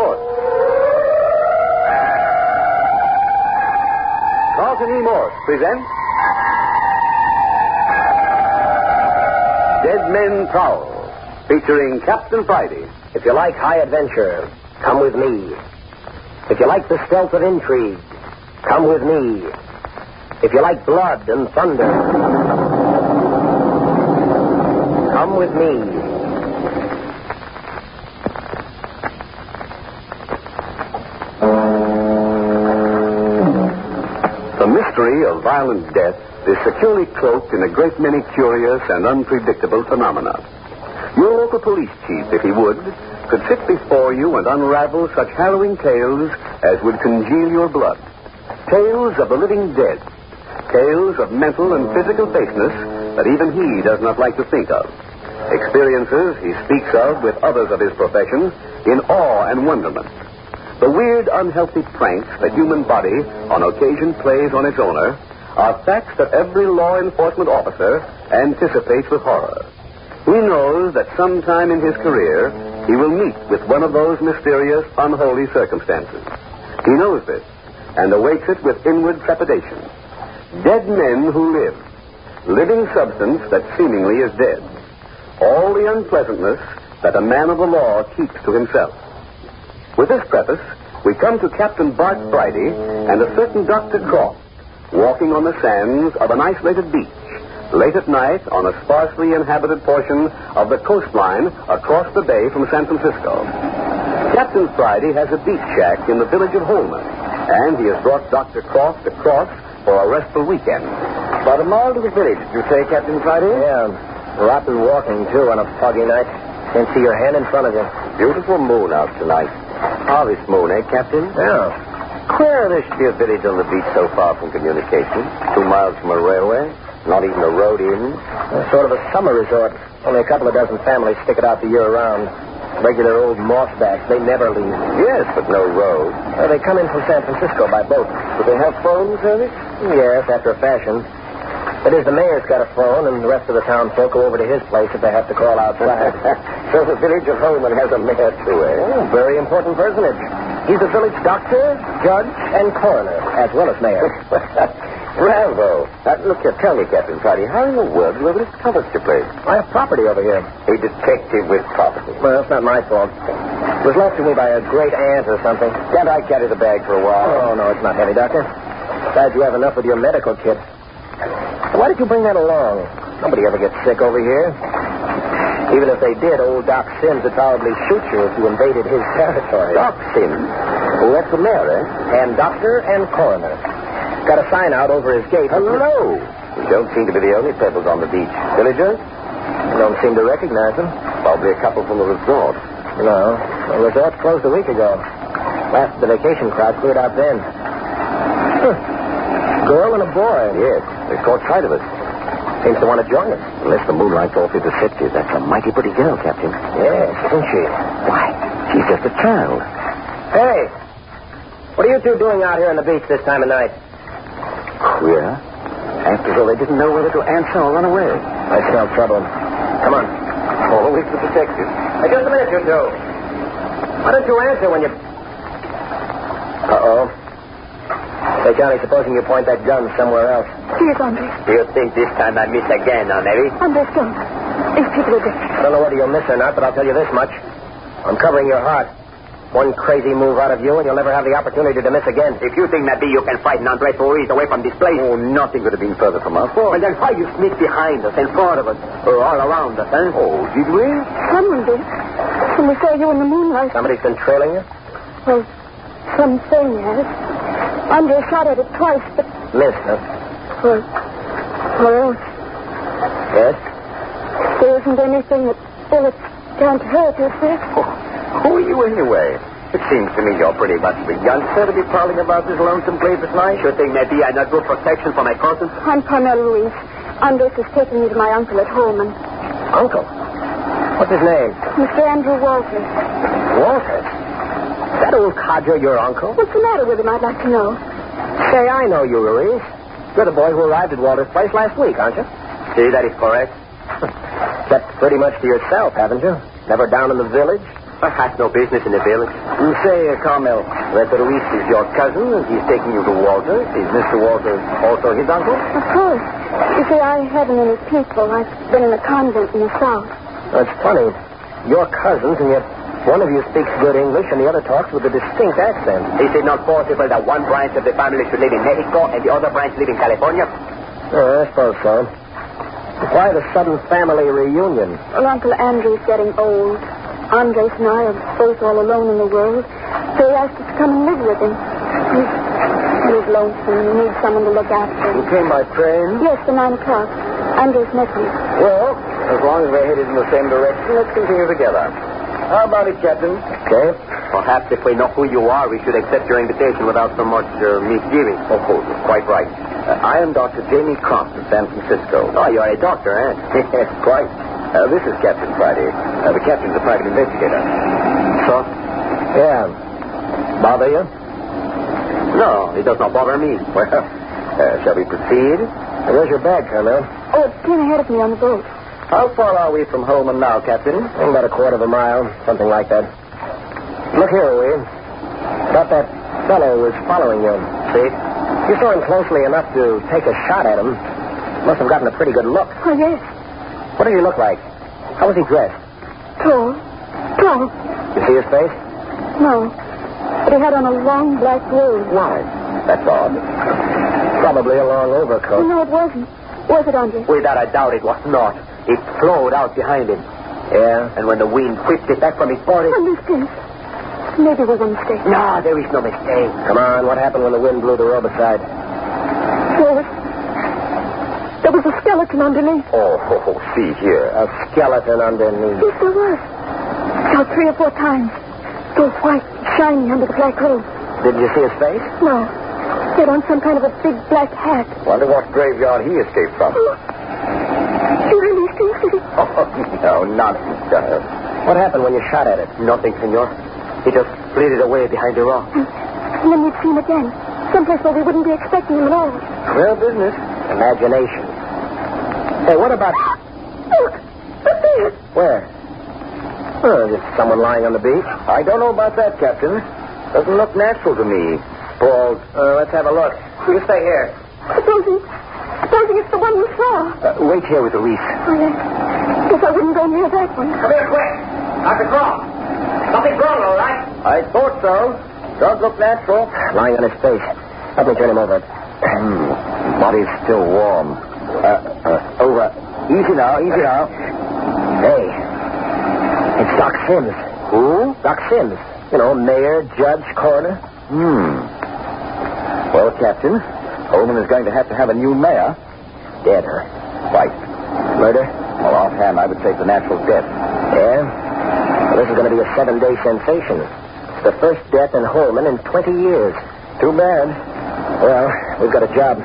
E. presents Dead Men Prowl, featuring Captain Friday. If you like high adventure, come with me. If you like the stealth of intrigue, come with me. If you like blood and thunder, come with me. The mystery of violent death is securely cloaked in a great many curious and unpredictable phenomena. Your local police chief, if he would, could sit before you and unravel such harrowing tales as would congeal your blood. Tales of the living dead. Tales of mental and physical baseness that even he does not like to think of. Experiences he speaks of with others of his profession in awe and wonderment. The weird, unhealthy pranks the human body on occasion plays on its owner are facts that every law enforcement officer anticipates with horror. He knows that sometime in his career he will meet with one of those mysterious, unholy circumstances. He knows this and awaits it with inward trepidation. Dead men who live, living substance that seemingly is dead. All the unpleasantness that a man of the law keeps to himself. With this preface, we come to Captain Bart Friday and a certain Dr. Croft walking on the sands of an isolated beach late at night on a sparsely inhabited portion of the coastline across the bay from San Francisco. Captain Friday has a beach shack in the village of Holman, and he has brought Dr. Croft across for a restful weekend. About a mile to the village, did you say, Captain Friday? Yeah, rotten walking, too, on a foggy night. Can't see your hand in front of you. Beautiful moon out tonight. Harvest moon, eh, Captain? Yeah. Queer there should be a village on the beach so far from communication. Two miles from a railway. Not even a road in. Uh, Sort of a summer resort. Only a couple of dozen families stick it out the year round. Regular old mossbacks. They never leave. Yes, but no road. Uh, they come in from San Francisco by boat. Do they have phone service? Yes, after a fashion. It is the mayor's got a phone, and the rest of the town folk go over to his place if they have to call outside. so the village of Holman has a mayor too, eh? oh, very important personage. He's a village doctor, judge, and coroner, as well as mayor. Bravo. Now, look here, tell me, Captain Friday, how in the world were you ever discovered your place? I have property over here. A detective with property. Well, that's not my fault. It was left to me by a great aunt or something. Can't I carry the bag for a while? Oh, no, it's not heavy, Doctor. Glad you have enough with your medical kit. Why did you bring that along? Nobody ever gets sick over here. Even if they did, old Doc Sims would probably shoot you if you invaded his territory. Doc Sims. Oh, that's the mayor, eh? And doctor and coroner. Got a sign out over his gate. Hello. You don't seem to be the only pebbles on the beach. Villagers? You don't seem to recognize him. Probably a couple from the resort. No. The resort closed a week ago. Last the vacation crowd cleared out then. Huh. Girl and a boy. Yes, they caught sight of us. Seems to want to join us. Unless the moonlight's awfully deceptive. That's a mighty pretty girl, Captain. Yes, isn't she? Why, she's just a child. Hey, what are you two doing out here on the beach this time of night? Queer. After all, they didn't know whether to answer or run away. I smell trouble. Come on. Always the detective. Hey, just a minute, you two. Why don't you answer when you... Uh-oh. Hey, Johnny, supposing you point that gun somewhere else. Here's Andre. Do you think this time I miss again, huh, Mary? Andre, don't. These people are dead. I don't know whether you'll miss or not, but I'll tell you this much. I'm covering your heart. One crazy move out of you, and you'll never have the opportunity to miss again. If you think maybe you can fight an Andre Ruiz away from this place, Oh, nothing could have been further from us. well, then why you sneak behind us, in front of us, or all around us, huh? Oh, did we? Someone did. And we saw you in the moonlight. Oh, Somebody's been trailing you? Well, something, yes. Andre shot at it twice, but... Missed, huh? Well, well, Yes? there isn't anything that bullets can't hurt, is there? Oh, Who are you anyway? It seems to me you're pretty much the youngster to be prowling about this lonesome place at night. You think maybe I not good protection for my cousin? I'm er Colonel er Ruiz. Andres is taking me to my uncle at home, and Uncle. What's his name? Mr. Andrew Walters. Walter. That old codger your uncle? What's the matter with him, I'd like to know? Say, I know you, Ruiz. You're the boy who arrived at Walter's place last week, aren't you? See, that is correct. Kept pretty much to yourself, haven't you? Never down in the village? I had no business in the village. You say, uh, Carmel, that Ruiz is your cousin and he's taking you to Walter. Is Mr. Walter also his uncle? Of course. You see, I haven't any people. I've been in a convent in the South. That's funny. You're cousins, and yet one of you speaks good English and the other talks with a distinct accent. Is it not possible that one branch of the family should live in Mexico and the other branch live in California? Oh, I suppose so. Why the sudden family reunion? Well, Uncle Andrew's getting old. Andres and I are both all alone in the world. So he asked us to come and live with him. He's, he's lonesome and needs someone to look after. You him. came by train? Yes, the 9 o'clock. Andres met me. Well, as long as we're headed in the same direction, let's continue together. How about it, Captain? Okay. Perhaps if we know who you are, we should accept your invitation without so much uh, misgiving. Oh, quite right. Uh, I am Dr. Jamie Crump of San Francisco. Oh, you're a doctor, eh? Yes, quite. Uh, this is Captain Friday. Uh, the captain's a private investigator. So? Yeah. Bother you? No, it does not bother me. Well, uh, shall we proceed? Where's your bag, Colonel? Oh, it's clear ahead of me on the boat. How far are we from Holman now, Captain? About a quarter of a mile, something like that. Look here, Will. About that fellow was following you. See? You saw him closely enough to take a shot at him. Must have gotten a pretty good look. Oh, yes. What did he look like? How was he dressed? Tall. Tall. You see his face? No. But he had on a long black robe. Why? That's odd. Probably a long overcoat. No, it wasn't. Was it, Andres? Without a doubt, it was not. It flowed out behind him. Yeah? And when the wind whipped it back from his body. A mistake. Oh, Maybe it was a mistake. No, there is no mistake. Come on, what happened when the wind blew the robe aside? There was, there was a skeleton underneath. Oh, see here. A skeleton underneath. Yes, there was. Shot three or four times. So white, shiny under the black robe. Did you see his face? No. He had on some kind of a big black hat. Wonder what graveyard he escaped from. Oh. You released him, did he? Oh, no, nonsense, Colonel. What happened when you shot at it? Nothing, senor. He just flitted away behind the rock. And then we'd see him again. Someplace where we wouldn't be expecting him at all. Real business. Imagination. Hey, what about... Look! Up there! Where? Oh, just someone lying on the beach. I don't know about that, Captain. Doesn't look natural to me. Bald. Uh, let's have a look. You stay here. Supposing, supposing it's the one we saw. Uh, wait here with the reef. I uh, guess I wouldn't go near that one. Come here quick. Dr. Crawl. Something's wrong, all right. I thought so. Does look natural. Lying on his face. Let me turn him over. Hmm. Body's still warm. Uh, uh, over. Easy now, easy now. Hey. It's Doc Sims. Who? Doc Sims. You know, mayor, judge, coroner. Hmm. Well, Captain, Holman is going to have to have a new mayor. Dead, huh? Right. Murder? Well, offhand, I would say it's a natural death. Yeah? Well, this is going to be a seven day sensation. It's the first death in Holman in 20 years. Too bad. Well, we've got a job.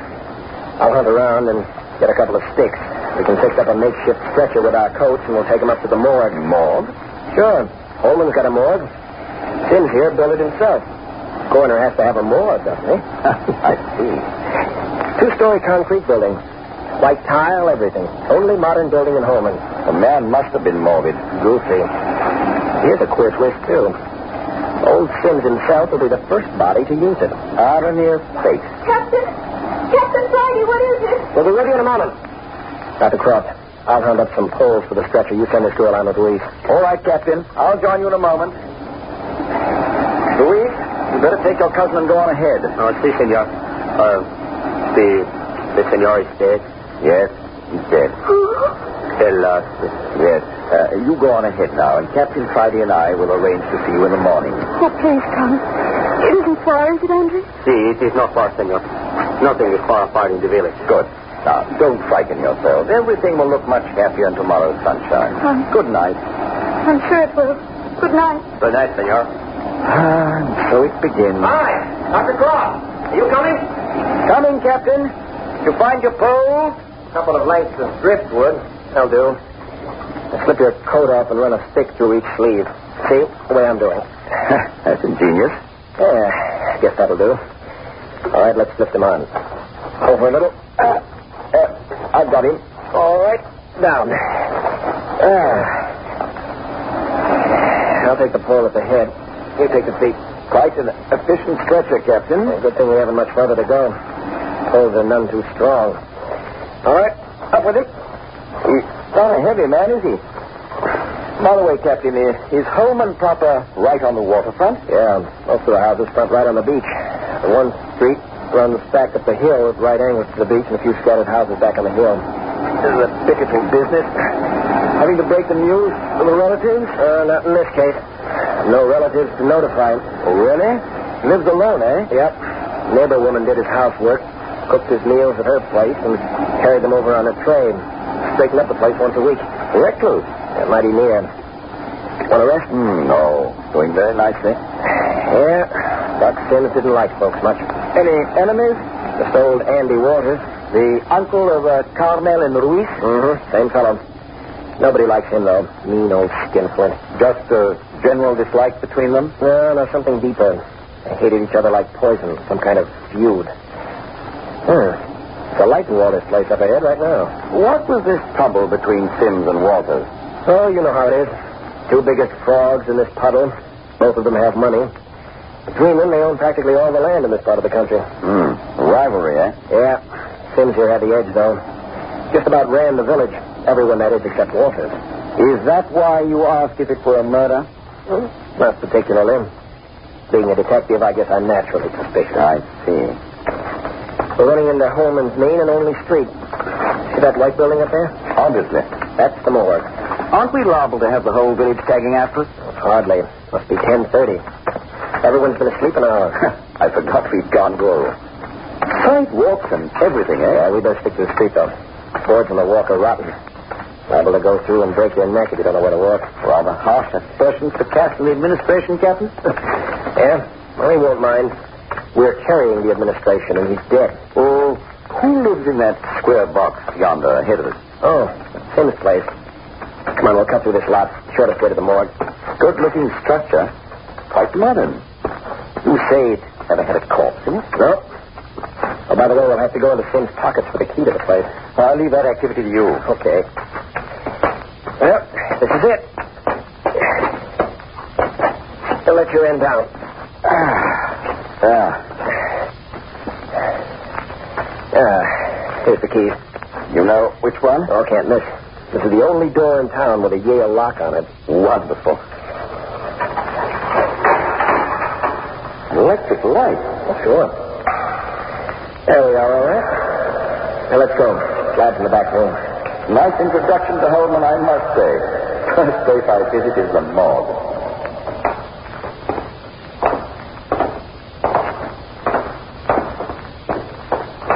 I'll hunt around and get a couple of sticks. We can fix up a makeshift stretcher with our coats and we'll take him up to the morgue. Morgue? Sure. Holman's got a morgue. Sims here built it himself. Coroner has to have a morgue, doesn't he? I see. Two story concrete building. White tile, everything. Only modern building in Holman. The man must have been morbid. Goofy. Here's a queer twist, too. Old Sims himself will be the first body to use it. Irony of fate. Captain! Captain Friday, what is it? We'll be with you in a moment. Dr. Croft, I'll hunt up some poles for the stretcher. You send this girl on with Louise. All right, Captain. I'll join you in a moment. Louise, you better take your cousin and go on ahead. Oh, see, senor. Uh, the, the senor is dead. Yes, he's dead. Oh, Tell us. Yes. Uh, you go on ahead now, and Captain Friday and I will arrange to see you in the morning. Oh, please come. It isn't far, is it, Andrew? See, it is not far, senor. Nothing is far apart in the village. Good. Now, don't frighten yourselves. Everything will look much happier in tomorrow's sunshine. Huh. Good night. I'm sure it will. Good night. Good night, senor. And Ah, so it begins. Hi, Dr. Cross. Are you coming? Coming, Captain. Did you find your pole? Couple of lengths of Driftwood. That'll do. Slip your coat off and run a stick through each sleeve. See? The way I'm doing. That's ingenious. Uh, Yeah, I guess that'll do. All right, let's lift him on. Over a little. Uh, uh, I've got him. All right, down. Ah. Uh, take the pole at the head. You take the feet. Quite an efficient stretcher, Captain. Good thing we haven't much further to go. Poles are none too strong. All right, up with it. He's not a heavy man, is he? By the way, Captain, i- is home and proper right on the waterfront? Yeah, most of the houses front right on the beach. One street runs back up the hill at right angles to the beach, and a few scattered houses back on the hill. This is a pitiful business. Having to break the news to the relatives? Uh, not in this case. No relatives to notify him. Really? Lives alone, eh? Yep. Neighbor woman did his housework, cooked his meals at her place, and carried them over on a train. Straightened up the place once a week. Recluse? Yeah, mighty near. Want a rest? Hmm, no. Doing very nicely. Yeah, Doc Sims didn't like folks much. Any enemies? Just old Andy Walters, the uncle of uh, Carmel and Ruiz. Mm-hmm. Same fellow. Nobody likes him though. Mean old skinflint. Just a general dislike between them? No, no, something deeper. They hated each other like poison. Some kind of feud. Hmm. It's a light in Walters' place up ahead right now. What was this trouble between Sims and Walters? Oh, you know how it is. Two biggest frogs in this puddle. Both of them have money. Between them, they own practically all the land in this part of the country. Hmm. Rivalry, eh? Yeah. Sims here had the edge, though. Just about ran the village. Everyone that is except Walters. Is that why you asked if it were a murder? Not particularly. Being a detective, I guess I'm naturally suspicious. I see. We're running into Holman's main and only street. See that white building up there? Obviously. That's the morgue. Aren't we liable to have the whole village tagging after us? Hardly. Must be 10.30. Everyone's been asleep an hour. I forgot we'd gone rural. Sidewalks and everything, eh? Yeah, we better stick to the street, though. Boards on the walk are rotten. Liable to go through and break your neck if you don't know where to walk. Rather harsh assertions to cast from the administration, Captain. Yeah? Well, he won't mind. We're carrying the administration, and he's dead. oh, who lives in that square box yonder ahead of us? Oh, Tim's place. Come on, we'll cut through this lot. Shortest way to the morgue. Good-looking structure. Quite modern. You say it ever had a corpse in it? No. Oh, by the way, we'll have to go into Sim's pockets for the key to the place. I'll leave that activity to you. Okay. Well, this is it. I'll let your end down. Ah, Ah, here's the key. you know which one? Oh, can't miss. This is the only door in town with a Yale lock on it. Wonderful. Electric light. Oh, sure. There we are, all right. Now let's go. Glad in the back room. Nice introduction to Holman, I must say. First place I visit is the morgue.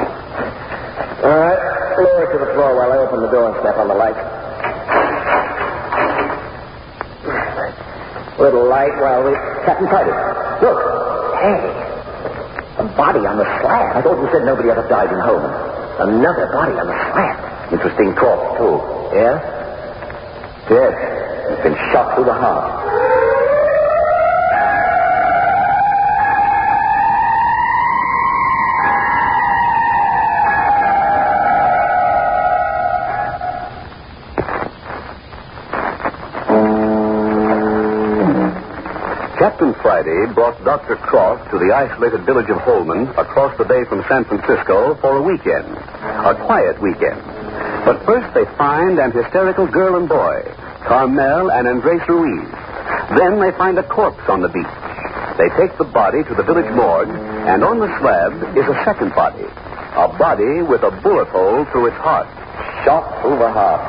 All right. Lower it to the floor while I open the door and snap on the light. Little light while we. Captain Titus, look. Hey. A body on the slab. I thought you said nobody ever died in Holman. Another body on the slab. Interesting corpse, too. Yeah? Yes, he's been shot through the heart. Captain Friday brought Dr. Cross to the isolated village of Holman across the bay from San Francisco for a weekend, a quiet weekend. But first they find an hysterical girl and boy, Carmel and Andres Ruiz. Then they find a corpse on the beach. They take the body to the village morgue, and on the slab is a second body, a body with a bullet hole through its heart. Shot through the heart.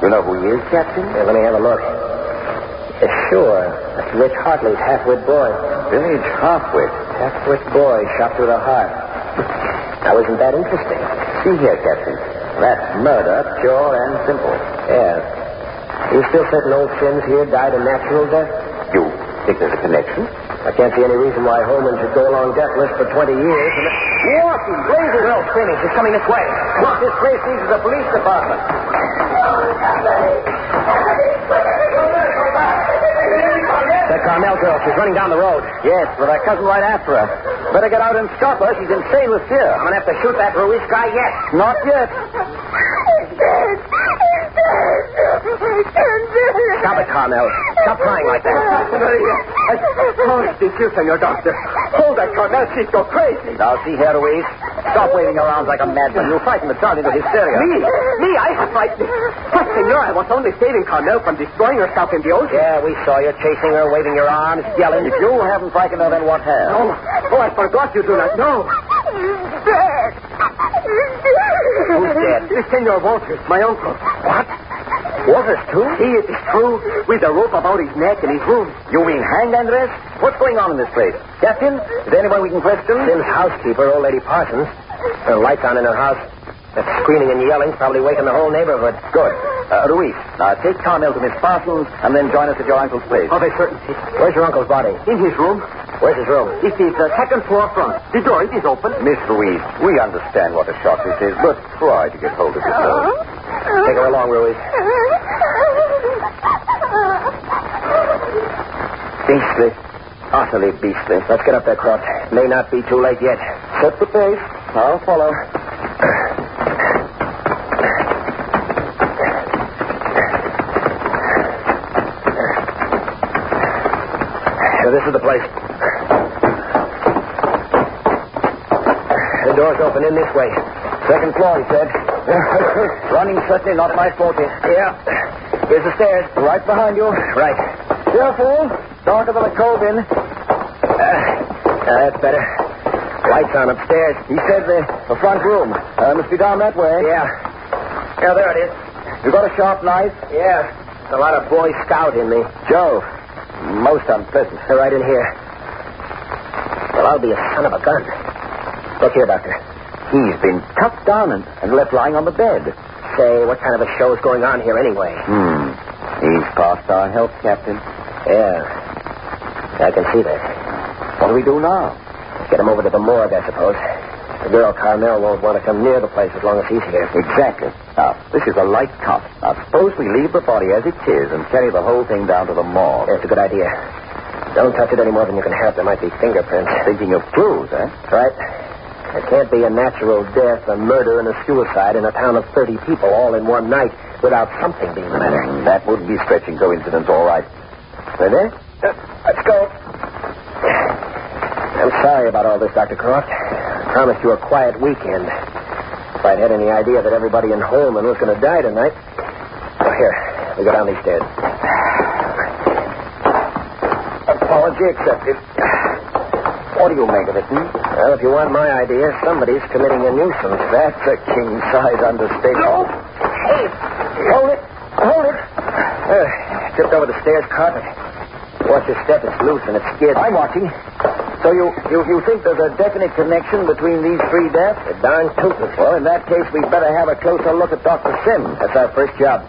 You know who he is, Captain? Yeah, let me have a look. Yeah, sure. That's Rich Hartley's half-wit boy. Village halfway. Half-wit boy shot through the heart. Now, isn't that interesting? See here, Captain. That's murder, pure and simple. Yeah. You still certain old Sims here died a natural death? You think there's a connection? I can't see any reason why Holman should go along deathless for 20 years. And... Watson, Blazes! No, screaming. She's coming this way. Look, this place needs the police department. That Carmel girl, she's running down the road. Yes, with our cousin right after us. Better get out and stop her. She's insane with fear. I'm gonna have to shoot that Ruiz guy yet. Not yet. It's dead. It's dead. Stop it, Carmel. Stop crying like that. Oh, it's you, Senor Doctor. Hold that Carmel. She's go crazy. Now, see here, Louise. Stop waving your arms like a madman. You'll frighten the child into hysteria. Me? Me? I have frightened. But, Senor, I was only saving Carmel from destroying herself in the ocean. Yeah, we saw you chasing her, waving your arms, yelling. Oh, If you haven't frightened her, then what has? Oh, oh, I forgot you do not know. Who's dead? It's Senor Walters, my uncle. What? Waters, too? He, it is true, with a rope about his neck in his room. You mean hanged, Andres? What's going on in this place? Captain, is there anyone we can question? Sin's housekeeper, old lady Parsons. Her lights on in her house. That screaming and yelling's probably waking the whole neighborhood. Good. Uh, Ruiz, now take Carmel to Miss Parsons and then join us at your uncle's place. Of a certainty. Where's your uncle's body? In his room, Where's his room? it is the second floor front. The door, it is open. Miss Louise, we understand what a shock this is, but try to get hold of yourself. Take her along, Ruiz. Beastly. Utterly beastly. Let's get up there, Croft. May not be too late yet. Set the pace. I'll follow. So this is the place. The door's open in this way. Second floor, he said. Running certainly not my forte. Yeah. Here's the stairs. Right behind you. Right. Careful. Don't go to the cove in. Uh, that's better. Lights on upstairs. He said the, the front room. Uh, must be down that way. Yeah. Yeah, there it is. You got a sharp knife? Yeah. There's a lot of boy scout in me. Joe. Most unpleasant. They're right in here. Well, I'll be a son of a gun. Look here, Doctor. He's been tucked down and, and left lying on the bed. Say, what kind of a show's going on here anyway? Hmm. He's past our help, Captain. Yeah. I can see that. What do we do now? Get him over to the morgue, I suppose. The girl Carmel won't want to come near the place as long as he's here. Exactly. Now, this is a light cop. Now, suppose we leave the body as it is and carry the whole thing down to the morgue. That's a good idea. Don't touch it any more than you can help. There might be fingerprints. Thinking of clues, eh? Right. There can't be a natural death, a murder, and a suicide in a town of 30 people all in one night without something being the matter. Hmm, That would be stretching coincidence, all right. Right there? Let's go. I'm sorry about all this, Dr. Croft. I promised you a quiet weekend. If I'd had any idea that everybody in Holman was going to die tonight. Oh, here. We go down these stairs. Apology accepted. What do you make of it, hmm? Well, if you want my idea, somebody's committing a nuisance. That's a king size understatement. No! Hey! Hold it! Hold it! Uh, tipped over the stairs carpet. Watch your step. It's loose and it's skid. I'm watching. So you, you, you think there's a definite connection between these three deaths? The darn toothless. Well, in that case, we'd better have a closer look at Dr. Sims. That's our first job.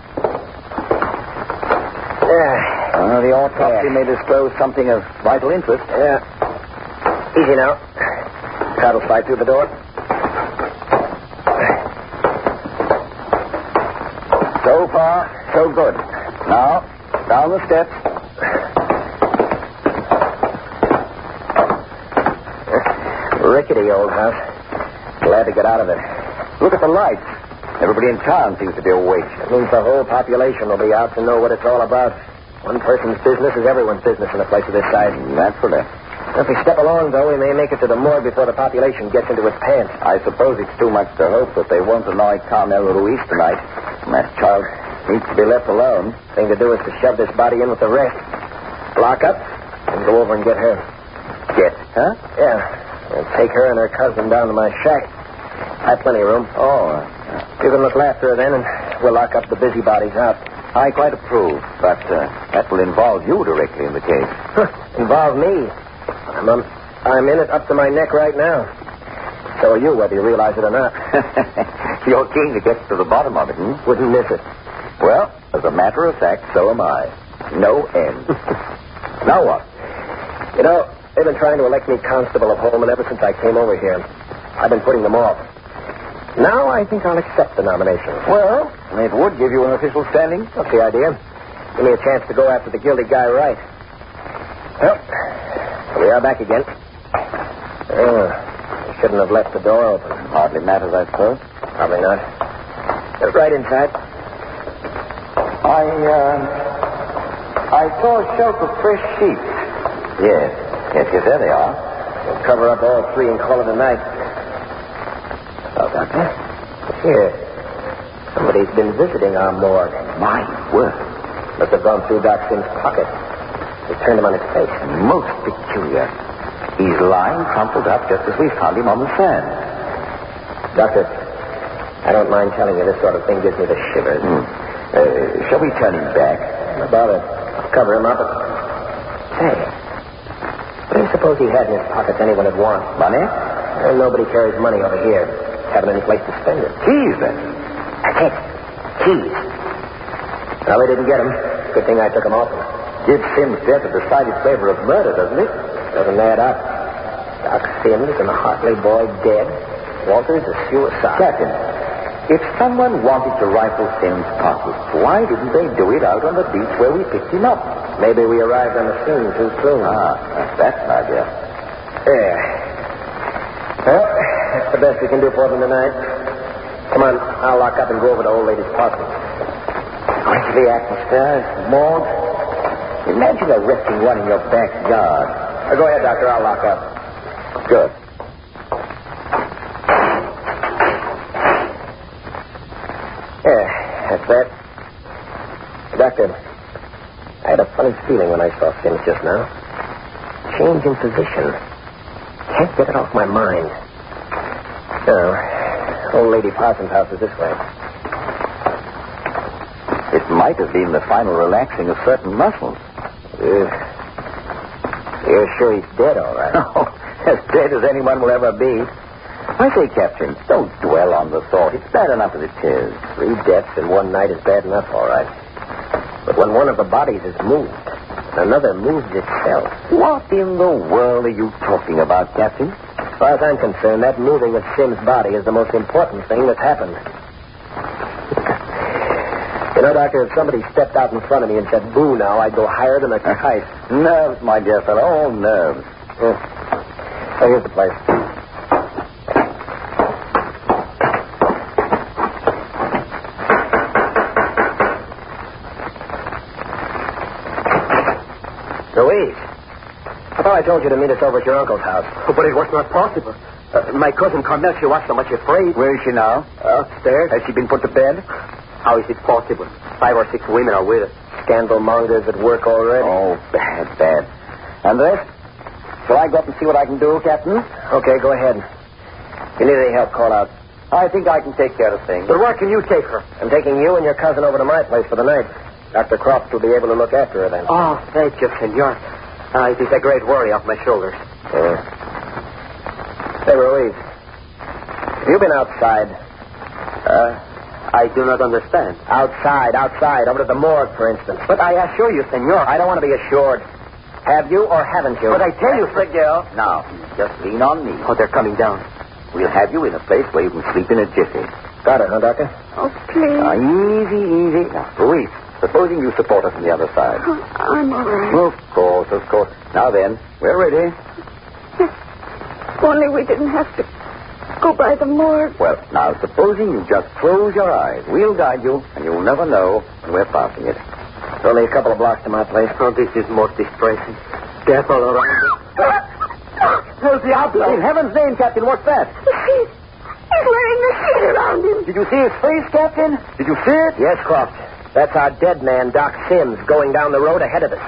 Yeah. Uh, the autopsy Yeah. may disclose something of vital interest. Yeah. Easy now. Crowd will slide through the door. So far, so good. Now, down the steps. Rickety old house. Glad to get out of it. Look at the lights. Everybody in town seems to be awake. It means the whole population will be out to know what it's all about. One person's business is everyone's business in a place of this size. Naturally. If we step along, though, we may make it to the morgue before the population gets into its pants. I suppose it's too much to hope that they won't annoy Carmel Ruiz tonight. And that child needs to be left alone. Thing to do is to shove this body in with the rest. Lock up and go over and get her. Yes. Huh? Yeah. And take her and her cousin down to my shack. I have plenty of room. Oh, You can look after her then, and we'll lock up the busybodies out. I quite approve, but uh, that will involve you directly in the case. Huh, Involve me. I'm, um, I'm in it up to my neck right now. So are you, whether you realize it or not. You're keen to get to the bottom of it, hmm? Wouldn't miss it. Well, as a matter of fact, so am I. No end. now what? You know, they've been trying to elect me constable of Holman ever since I came over here. I've been putting them off. Now I think I'll accept the nomination. Well, it would give you an official standing. What's the idea? Give me a chance to go after the guilty guy right. Well, we are back again. Oh, I shouldn't have left the door open. Hardly matters, I suppose. Probably not. Get right inside. I, uh, I saw a shelf of fresh sheets. Yes. Yes, yes, there they are. We'll cover up all three and call it a night. Well, Doctor? Oh, Here. Somebody's been visiting our morgue. My word. Must have gone through Doc Sim's pocket. They turned him on his face. Most peculiar. He's lying crumpled up just as we found him on the sand. Doctor, I don't mind telling you this sort of thing gives me the shivers. Hmm. Uh, shall we turn him back? No bother. I'll cover him up. Say, what do you suppose he had in his pockets anyone would want? Money? Well, nobody carries money over here. Haven't any place to spend it. Keys, then. That's it. Keys. Well, they didn't get him. Good thing I took him off him. Gives Sim's death a decided flavor of murder, doesn't it? Doesn't add up. Doc Sims and the Hartley boy dead. Walters a suicide. Second, if someone wanted to rifle Sim's pockets, why didn't they do it out on the beach where we picked him up? Maybe we arrived on the scene too soon. Ah, that's an idea. There. Well, that's the best we can do for them tonight. Come on, I'll lock up and go over to old lady's apartment. Going to the atmosphere, morgue. Imagine arresting one in your backyard. Uh, go ahead, Doctor. I'll lock up. Good. Yeah, that's that. Doctor, I had a funny feeling when I saw Sims just now. Change in position. Can't get it off my mind. No, old lady Parsons' house is this way. It might have been the final relaxing of certain muscles. Uh, you're sure he's dead, all right? Oh, as dead as anyone will ever be. I say, Captain, don't dwell on the thought. It's bad enough as it is. Three deaths in one night is bad enough, all right. But when one of the bodies is moved, and another moves itself, What in the world are you talking about, Captain? as far as I'm concerned, that moving of Sim's body is the most important thing that's happened. you know, Doctor, if somebody stepped out in front of me and said boo now, I'd go higher than a kite. Uh, Nerves, my dear fellow, all nerves. Yeah. Oh, here's the place. Louise, I thought I told you to meet us over at your uncle's house. Oh, But it was not possible. Uh, my cousin Carmel, she was so much afraid. Uh, Where is she now? Upstairs? Has she been put to bed? How is it possible? Five or six women are with us. Scandal mongers at work already. Oh, bad, bad. Andres, shall I go up and see what I can do, Captain? Okay, go ahead. If you need any help, call out. I think I can take care of things. But where can you take her? I'm taking you and your cousin over to my place for the night. Dr. Croft will be able to look after her then. Oh, thank you, senor. Uh, it is a great worry off my shoulders. Yeah. Hey, Ruiz. Have you been outside? Uh, I do not understand. Outside, outside, over to the morgue, for instance. But I assure you, senor. I don't want to be assured. Have you or haven't you? But I tell you, senor. Now, just lean on me. Oh, they're coming down. We'll have you in a place where you can sleep in a jiffy. Got it, huh, Doctor? Oh, please. Now, easy, easy. Now, Ruiz, supposing you support us on the other side. Oh, I'm all right. Of course, of course. Now then, we're ready. If only we didn't have to go by the morgue. Well, now, supposing you just close your eyes. We'll guide you, and you'll never know when we're passing it. It's only a couple of blocks to my place. Oh, this is most distressing. Death all around us. El In heaven's name, Captain, what's that? He's, he's wearing the sheet around him. Did you see his face, Captain? Did you see it? Yes, Croft. That's our dead man, Doc Sims, going down the road ahead of us.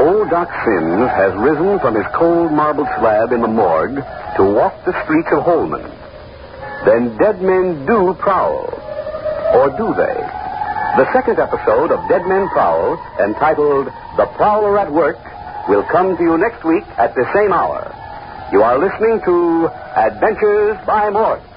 Old Doc Sims has risen from his cold marble slab in the morgue to walk the streets of Holman. Then dead men do prowl. Or do they? The second episode of Dead Men Prowl, entitled The Prowler at Work, will come to you next week at the same hour. You are listening to Adventures by Morgue.